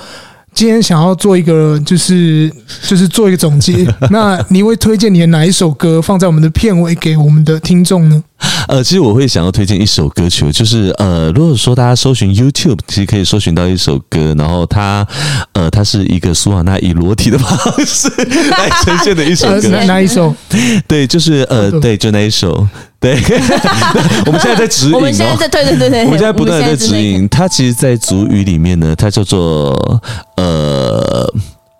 今天想要做一个，就是就是做一个总 结，那你会推荐你的哪一首歌放在我们的片尾给我们的听众呢？呃，其实我会想要推荐一首歌曲，就是呃，如果说大家搜寻 YouTube，其实可以搜寻到一首歌，然后它呃，它是一个苏瓦娜以裸体的方式来呈现的一首呃歌哪，哪一首？对，就是呃，对，就那一首，对， 我们现在在指引我们现在哦。在对对对对，我们现在不断的在我们现指在引，它其实，在族语里面呢，它叫做呃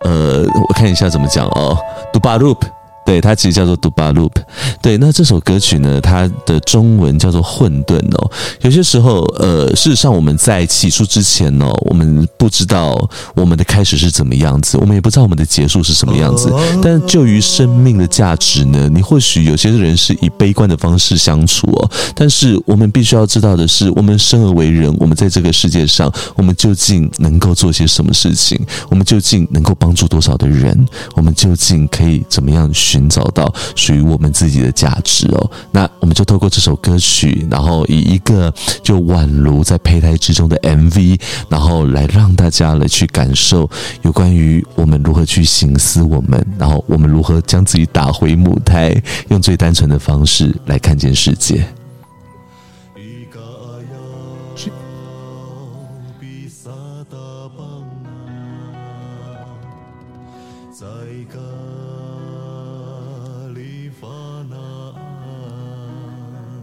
呃，我看一下怎么讲哦 d u b a Loop，对，它其实叫做 d u b a Loop。对，那这首歌曲呢，它的中文叫做《混沌》哦。有些时候，呃，事实上我们在起初之前哦，我们不知道我们的开始是怎么样子，我们也不知道我们的结束是什么样子。但就于生命的价值呢，你或许有些人是以悲观的方式相处哦，但是我们必须要知道的是，我们生而为人，我们在这个世界上，我们究竟能够做些什么事情？我们究竟能够帮助多少的人？我们究竟可以怎么样寻寻找到属于我们自己的价值哦。那我们就透过这首歌曲，然后以一个就宛如在胚胎之中的 MV，然后来让大家来去感受有关于我们如何去醒思我们，然后我们如何将自己打回母胎，用最单纯的方式来看见世界。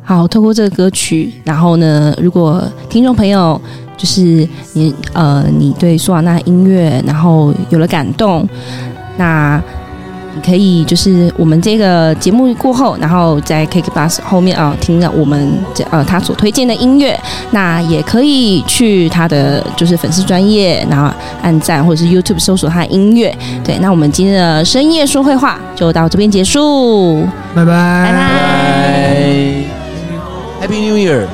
好，透过这个歌曲，然后呢，如果听众朋友就是你呃，你对苏瓦纳音乐然后有了感动，那你可以就是我们这个节目过后，然后在 Cake Bus 后面啊、呃听了我们这呃他所推荐的音乐，那也可以去他的就是粉丝专业，然后按赞或者是 YouTube 搜索他的音乐。对，那我们今天的深夜说会话就到这边结束，拜拜，拜拜拜。 Happy New Year。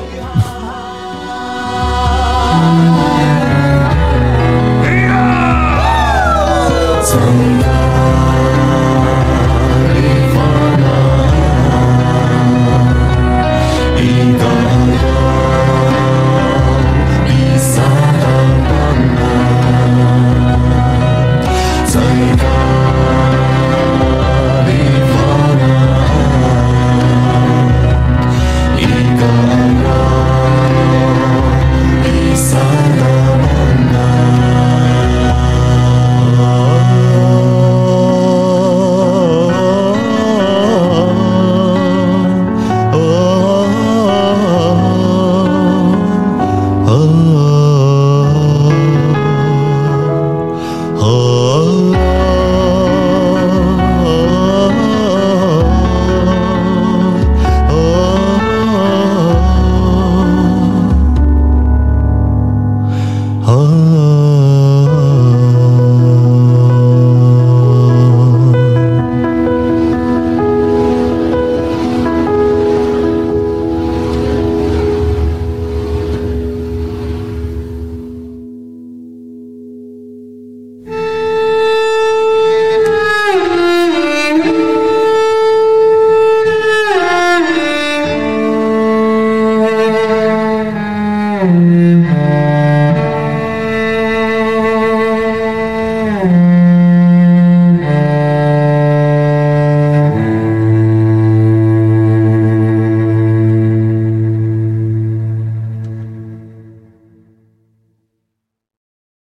Thank you.